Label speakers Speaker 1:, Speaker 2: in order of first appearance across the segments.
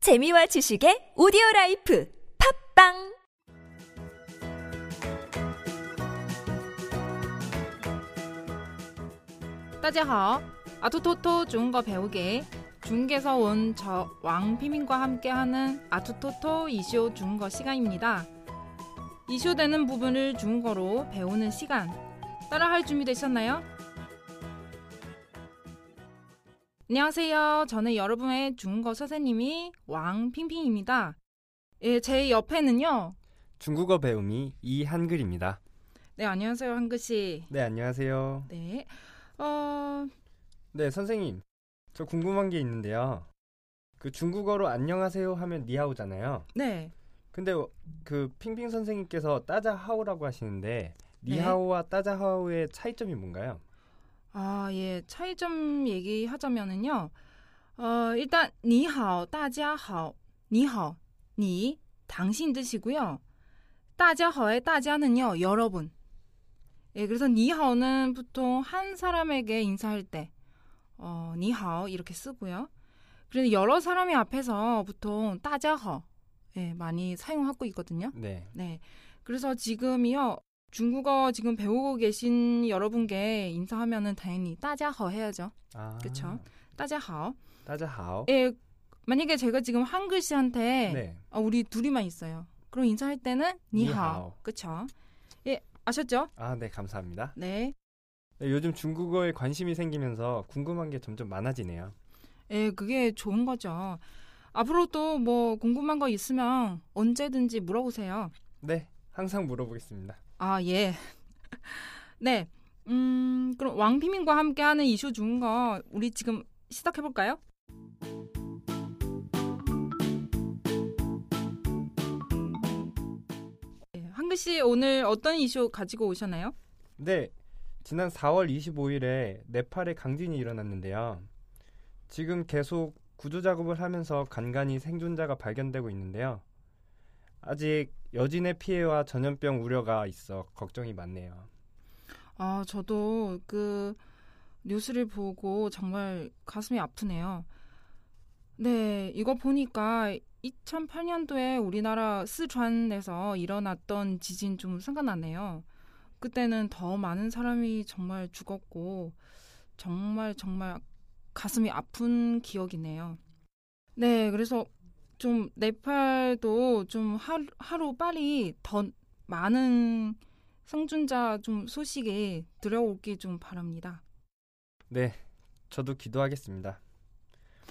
Speaker 1: 재미와 지식의 오디오 라이프 팝빵
Speaker 2: 따지하오 아투토토 중국어 배우기 중국에서 온 저 왕피민과 함께하는 아투토토 이슈 중국어 시간입니다. 이슈되는 부분을 중국어로 배우는 시간 따라할 준비 되셨나요? 안녕하세요. 저는 여러분의 중국어 선생님이 왕핑핑입니다. 예, 제 옆에는요.
Speaker 3: 중국어 배움이 이 한글입니다.
Speaker 2: 네, 안녕하세요. 한글 씨.
Speaker 3: 네, 안녕하세요.
Speaker 2: 네. 어,
Speaker 3: 네, 선생님. 저 궁금한 게 있는데요. 그 중국어로 안녕하세요 하면 니하오잖아요.
Speaker 2: 네.
Speaker 3: 근데 그 핑핑 선생님께서 따자하오라고 하시는데
Speaker 2: 네.
Speaker 3: 니하오와 따자하오의 차이점이 뭔가요?
Speaker 2: 아, 예. 차이점 얘기하자면은요. 어, 일단 니하오, 따자하오. 니하오. 니 당신 뜻이고요. 따자하오의 따자는요. 여러분. 예, 그래서 니하오는 보통 한 사람에게 인사할 때 어, 니하오 이렇게 쓰고요. 그런데 여러 사람이 앞에서 보통 따자하오 예, 많이 사용하고 있거든요.
Speaker 3: 네.
Speaker 2: 네. 그래서 지금이요. 중국어 지금 배우고 계신 여러분께 인사하면은 당연히 따자허 해야죠.
Speaker 3: 아.
Speaker 2: 그쵸. 따자허.
Speaker 3: 따자하오.
Speaker 2: 예. 만약에 제가 지금 한글 씨한테
Speaker 3: 네.
Speaker 2: 아, 우리 둘이만 있어요. 그럼 인사할 때는 니하오.
Speaker 3: 니하오.
Speaker 2: 그쵸. 예, 아셨죠?
Speaker 3: 아, 네, 감사합니다.
Speaker 2: 네.
Speaker 3: 네, 요즘 중국어에 관심이 생기면서 궁금한 게 점점 많아지네요.
Speaker 2: 예, 그게 좋은 거죠. 앞으로도 뭐 궁금한 거 있으면 언제든지 물어보세요.
Speaker 3: 네, 항상 물어보겠습니다.
Speaker 2: 아, 예. 네. 음, 그럼 왕피민과 함께하는 이슈 중거 우리 지금 시작해 볼까요? 네, 한글 씨 오늘 어떤 이슈 가지고 오셨나요?
Speaker 3: 네, 지난 4월 25일에 네팔에 강진이 일어났는데요. 지금 계속 구조 작업을 하면서 간간히 생존자가 발견되고 있는데요. 아직 여진의 피해와 전염병 우려가 있어 걱정이 많네요.
Speaker 2: 아, 저도 그 뉴스를 보고 정말 가슴이 아프네요. 네, 이거 보니까 2008년도에 우리나라 스촨에서 일어났던 지진 좀 생각나네요. 그때는 더 많은 사람이 정말 죽었고 정말 정말 가슴이 아픈 기억이네요. 네, 그래서 좀 네팔도 좀 하, 하루 빨리 더 많은 성준자 좀 소식이 들어오길 좀 바랍니다.
Speaker 3: 네, 저도 기도하겠습니다.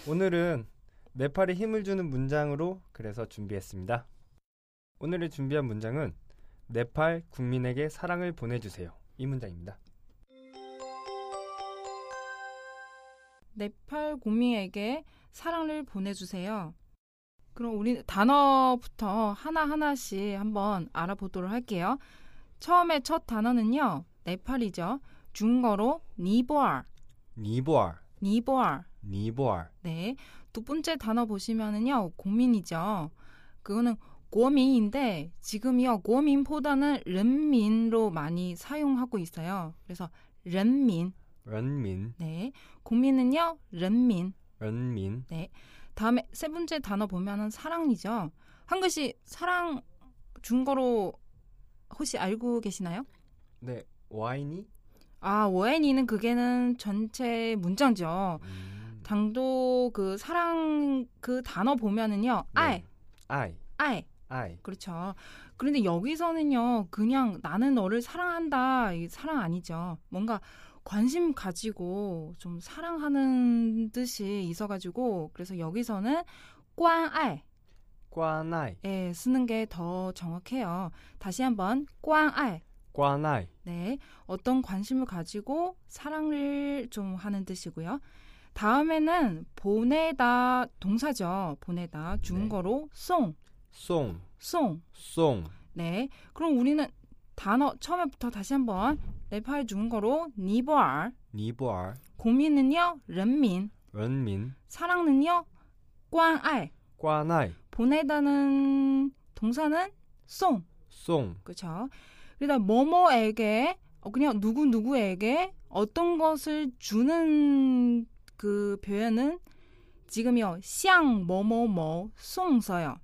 Speaker 3: 오늘은 네팔에 힘을 주는 문장으로 그래서 준비했습니다. 오늘의 준비한 문장은 네팔 국민에게 사랑을 보내주세요. 이 문장입니다.
Speaker 2: 네팔 고민에게 사랑을 보내주세요. 그럼 우리 단어부터 하나하나씩 한번 알아보도록 할게요. 처음에 첫 단어는요. 네팔이죠. 중거로 니보알,
Speaker 3: 니보알,
Speaker 2: 니보알.
Speaker 3: 니보알.
Speaker 2: 네. 두 번째 단어 보시면은요. 고민이죠. 그거는 고민인데 지금요. 고민보다는 른민로 많이 사용하고 있어요. 그래서 른민
Speaker 3: 런민,
Speaker 2: 네. 국민은요, 런민.
Speaker 3: 런민.
Speaker 2: 다음에 세 번째 단어 보면은 사랑이죠. 한글씨 사랑 중거로 혹시 알고 계시나요?
Speaker 3: 네, 와인이?
Speaker 2: 아, 워앤이는 그게는 전체 문장죠.
Speaker 3: 음,
Speaker 2: 당도 그 사랑 그 단어 보면은요,
Speaker 3: 네.
Speaker 2: 아이,
Speaker 3: 아이,
Speaker 2: 아이.
Speaker 3: 아이.
Speaker 2: 그렇죠. 그런데 여기서는요, 그냥 나는 너를 사랑한다. 이 사랑 아니죠. 뭔가 관심 가지고 좀 사랑하는 뜻이 있어가지고, 그래서 여기서는 꽝알,
Speaker 3: 꽈나이,
Speaker 2: 예, 쓰는 게 더 정확해요. 다시 한번 꽝알.
Speaker 3: 꽈나이.
Speaker 2: 네. 어떤 관심을 가지고 사랑을 좀 하는 뜻이고요. 다음에는 보내다 동사죠. 보내다. 중거로 송,
Speaker 3: 송,
Speaker 2: 송.
Speaker 3: 송.
Speaker 2: 네. 그럼 우리는 단어 처음부터 다시 한번 네팔 중국어로 니보알,
Speaker 3: 니보알,
Speaker 2: 고민은요 런민,
Speaker 3: 런민,
Speaker 2: 사랑은요 꽝알,
Speaker 3: 꽈나이,
Speaker 2: 보내다는 동사는 송,
Speaker 3: 송,
Speaker 2: 그렇죠? 그러다 뭐뭐에게 어, 그냥 누구 누구에게 어떤 것을 주는 그 표현은 지금요. 샹 뭐뭐뭐 송 써요.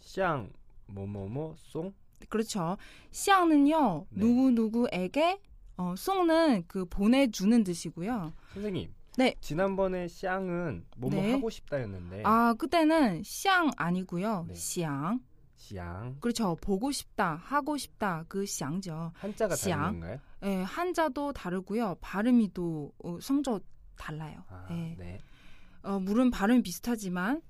Speaker 3: 샹 뭐뭐뭐 송
Speaker 2: 그렇죠. 샹은요.
Speaker 3: 네.
Speaker 2: 누구누구에게 어, 송은 그 보내주는 뜻이고요.
Speaker 3: 선생님.
Speaker 2: 네.
Speaker 3: 지난번에 샹은 뭐뭐
Speaker 2: 네.
Speaker 3: 하고 싶다였는데
Speaker 2: 아, 그때는 샹 아니고요.
Speaker 3: 네.
Speaker 2: 샹.
Speaker 3: 샹
Speaker 2: 그렇죠. 보고 싶다, 하고 싶다. 그 샹죠.
Speaker 3: 한자가 다른
Speaker 2: 샹.
Speaker 3: 건가요?
Speaker 2: 예, 한자도 다르고요. 발음이 또 어, 성조 달라요.
Speaker 3: 아,
Speaker 2: 예.
Speaker 3: 네.
Speaker 2: 어, 물론 발음이 비슷하지만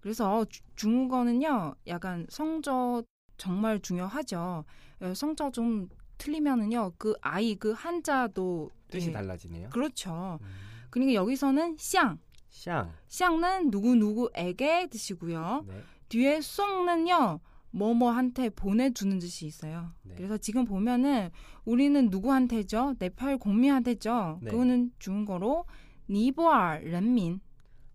Speaker 2: 그래서 어, 주- 중국어는요 약간 성조 정말 중요하죠. 어, 성조 좀 틀리면은요 그 아이 그 한자도
Speaker 3: 뜻이
Speaker 2: 예,
Speaker 3: 달라지네요.
Speaker 2: 그렇죠.
Speaker 3: 음,
Speaker 2: 그러니까 여기서는 샹
Speaker 3: 샹.
Speaker 2: 샹은 누구 누구에게 드시고요.
Speaker 3: 네.
Speaker 2: 뒤에 송는요 뭐뭐한테 보내주는 뜻이 있어요.
Speaker 3: 네.
Speaker 2: 그래서 지금 보면은 우리는 누구한테죠? 네팔 공민한테죠.
Speaker 3: 네.
Speaker 2: 그거는 중국어로 니보알人民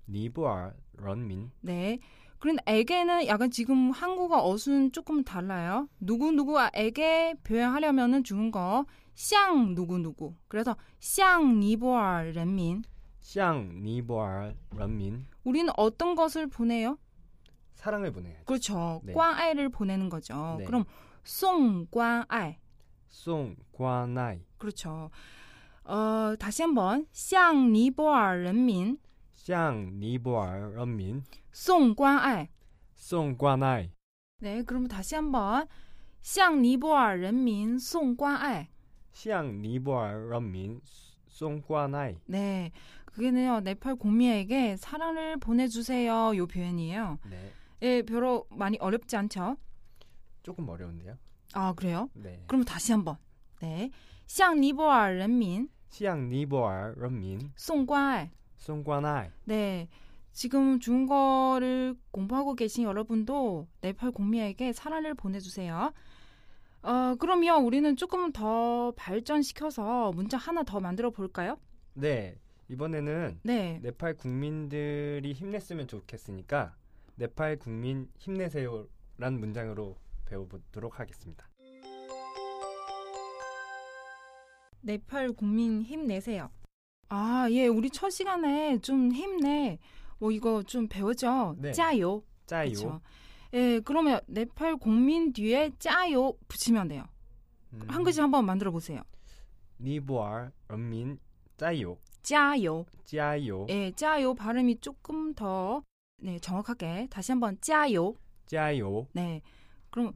Speaker 3: 니부알 런민.
Speaker 2: 네. 그런 에게는 약간 지금 한국어 어순 조금 달라요. 누구 누구에게 표현하려면은 중국어 샹 누구 누구. 그래서 샹 니보알人民.
Speaker 3: 샹 니부알 런민.
Speaker 2: 우리는 어떤 것을 보내요?
Speaker 3: 사랑을 보내야죠.
Speaker 2: 그렇죠.
Speaker 3: 네.
Speaker 2: 꽝아이를 보내는 거죠.
Speaker 3: 네.
Speaker 2: 그럼 송꽝아이.
Speaker 3: 송과나이.
Speaker 2: 그렇죠. 어, 다시 한번 샹 니보알 人民
Speaker 3: 샹 니부알 런민.
Speaker 2: 송꽝아이.
Speaker 3: 송과나이.
Speaker 2: 네, 그럼 다시 한번 샹 니보알 人民 송꽝아이.
Speaker 3: 샹 니부알 런민. 송과나이.
Speaker 2: 네, 그게는요 네팔 공미에게 사랑을 보내주세요 요 표현이에요.
Speaker 3: 네.
Speaker 2: 예, 별로 많이 어렵지 않죠?
Speaker 3: 조금 어려운데요.
Speaker 2: 아 그래요?
Speaker 3: 네.
Speaker 2: 그럼 다시 한번. 네, 샹 니보알人民
Speaker 3: 샹 니부알 런민.
Speaker 2: 송과알.
Speaker 3: 송과나이.
Speaker 2: 네, 지금 중국어를 공부하고 계신 여러분도 네팔 공미에게 사랑을 보내주세요. 어, 그럼요 우리는 조금 더 발전시켜서 문자 하나 더 만들어 볼까요?
Speaker 3: 네. 이번에는
Speaker 2: 네,
Speaker 3: 네팔 국민들이 힘냈으면 좋겠으니까 네팔 국민 힘내세요란 문장으로 배워보도록 하겠습니다.
Speaker 2: 네팔 국민 힘내세요. 아, 예, 우리 첫 시간에 좀 힘내. 뭐 이거 좀 배우죠?
Speaker 3: 네.
Speaker 2: 짜요.
Speaker 3: 짜요.
Speaker 2: 그렇죠. 예, 그러면 네팔 국민 뒤에 짜요 붙이면 돼요.
Speaker 3: 음,
Speaker 2: 한 글씨 한번 만들어 보세요.
Speaker 3: 니부알 런민 짜요.
Speaker 2: 짜요.
Speaker 3: 짜요.
Speaker 2: 예, 짜요 발음이 조금 더 네, 정확하게 다시 한번 짜요.
Speaker 3: 짜요.
Speaker 2: 네. 그럼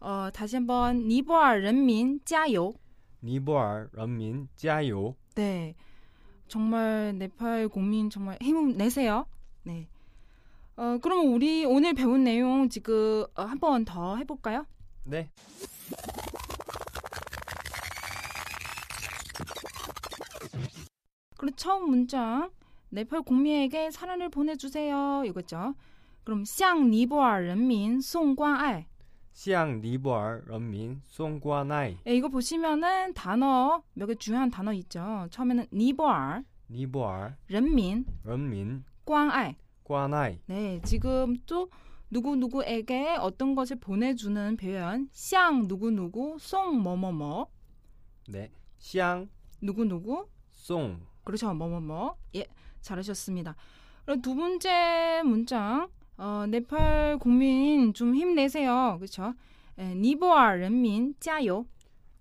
Speaker 2: 어, 다시 한번 니보알人民 짜요.
Speaker 3: 니부알 런민 짜요.
Speaker 2: 네. 정말 네팔 국민 정말 힘내세요. 네. 어, 그럼 우리 오늘 배운 내용 지금 어, 한번 더 해볼까요?
Speaker 3: 네.
Speaker 2: 그리고 처음 문장 네팔 국민에게 사랑을 보내주세요 이거죠. 그럼 샹 니보알人民 송광알
Speaker 3: 샹 니부알 런민 송과나이.
Speaker 2: 예, 이거 보시면은 단어 몇 개 중요한 단어 있죠. 처음에는 니보알
Speaker 3: 니부알
Speaker 2: 人民
Speaker 3: 런민
Speaker 2: 광알
Speaker 3: 과나이.
Speaker 2: 네, 지금 또 누구 누구에게 어떤 것을 보내주는 표현, 샹 누구 누구, 송 뭐뭐뭐,
Speaker 3: 네. 샹
Speaker 2: 누구 누구,
Speaker 3: 송.
Speaker 2: 그렇죠 뭐뭐뭐. 예, 잘하셨습니다. 그럼 두 번째 문장, 어, 네팔 국민 좀 힘내세요, 그렇죠? 에, 니보알 人民 짜요.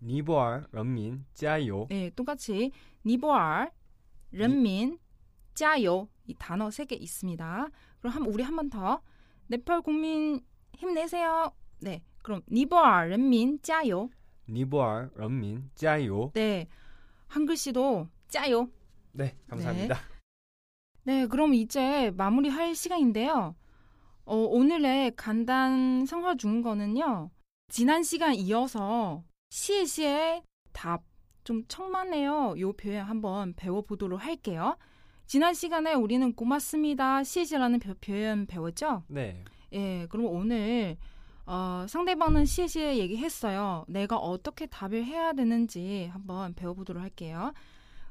Speaker 3: 니부알 런민 짜요.
Speaker 2: 네, 똑같이 니보알 人民 짜요. 이 단어 세 개 있습니다. 그럼 한, 우리 한 번 더. 네팔 국민 힘내세요. 네. 그럼 니보알 人民 짜요.
Speaker 3: 니부알 런민 짜요.
Speaker 2: 네. 한 글씨도 짜요.
Speaker 3: 네. 감사합니다.
Speaker 2: 네, 그럼 이제 마무리할 시간인데요. 어, 오늘의 간단 생활 중거는요. 지난 시간 이어서 시에시의 답, 좀 청만해요. 요 표현 한번 배워보도록 할게요. 지난 시간에 우리는 고맙습니다. 시에시라는 표- 표현 배웠죠?
Speaker 3: 네.
Speaker 2: 예, 그럼 오늘 어, 상대방은 시에시에 얘기했어요. 내가 어떻게 답을 해야 되는지 한번 배워보도록 할게요.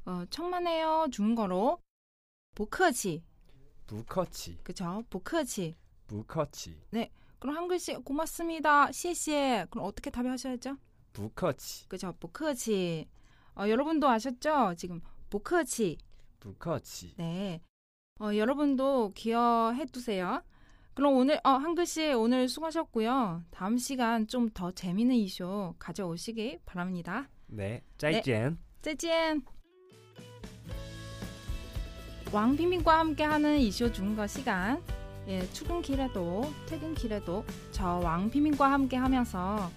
Speaker 2: 어, 청만해요. 중거로 보크지
Speaker 3: 부커치.
Speaker 2: 그죠? 보크지.
Speaker 3: 부커치.
Speaker 2: 그럼 한 글씨 고맙습니다. 시에시에. 그럼 어떻게 답을 하셔야죠?
Speaker 3: 부커치.
Speaker 2: 그죠? 보크지. 어, 여러분도 아셨죠? 지금 보크지.
Speaker 3: 부커치.
Speaker 2: 네. 어, 여러분도 기여해 두세요. 그럼 오늘 어, 한 글씨 오늘 수고하셨고요. 다음 시간 좀 더 재미있는 이슈 가져오시기 바랍니다.
Speaker 3: 네, 짜이젠.
Speaker 2: 再见. 왕비민과 함께하는 이슈 중거 시간. 예, 출근길에도 퇴근길에도 저 왕비민과 함께하면서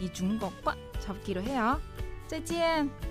Speaker 2: 이 중거과 잡기로 해요. 再见.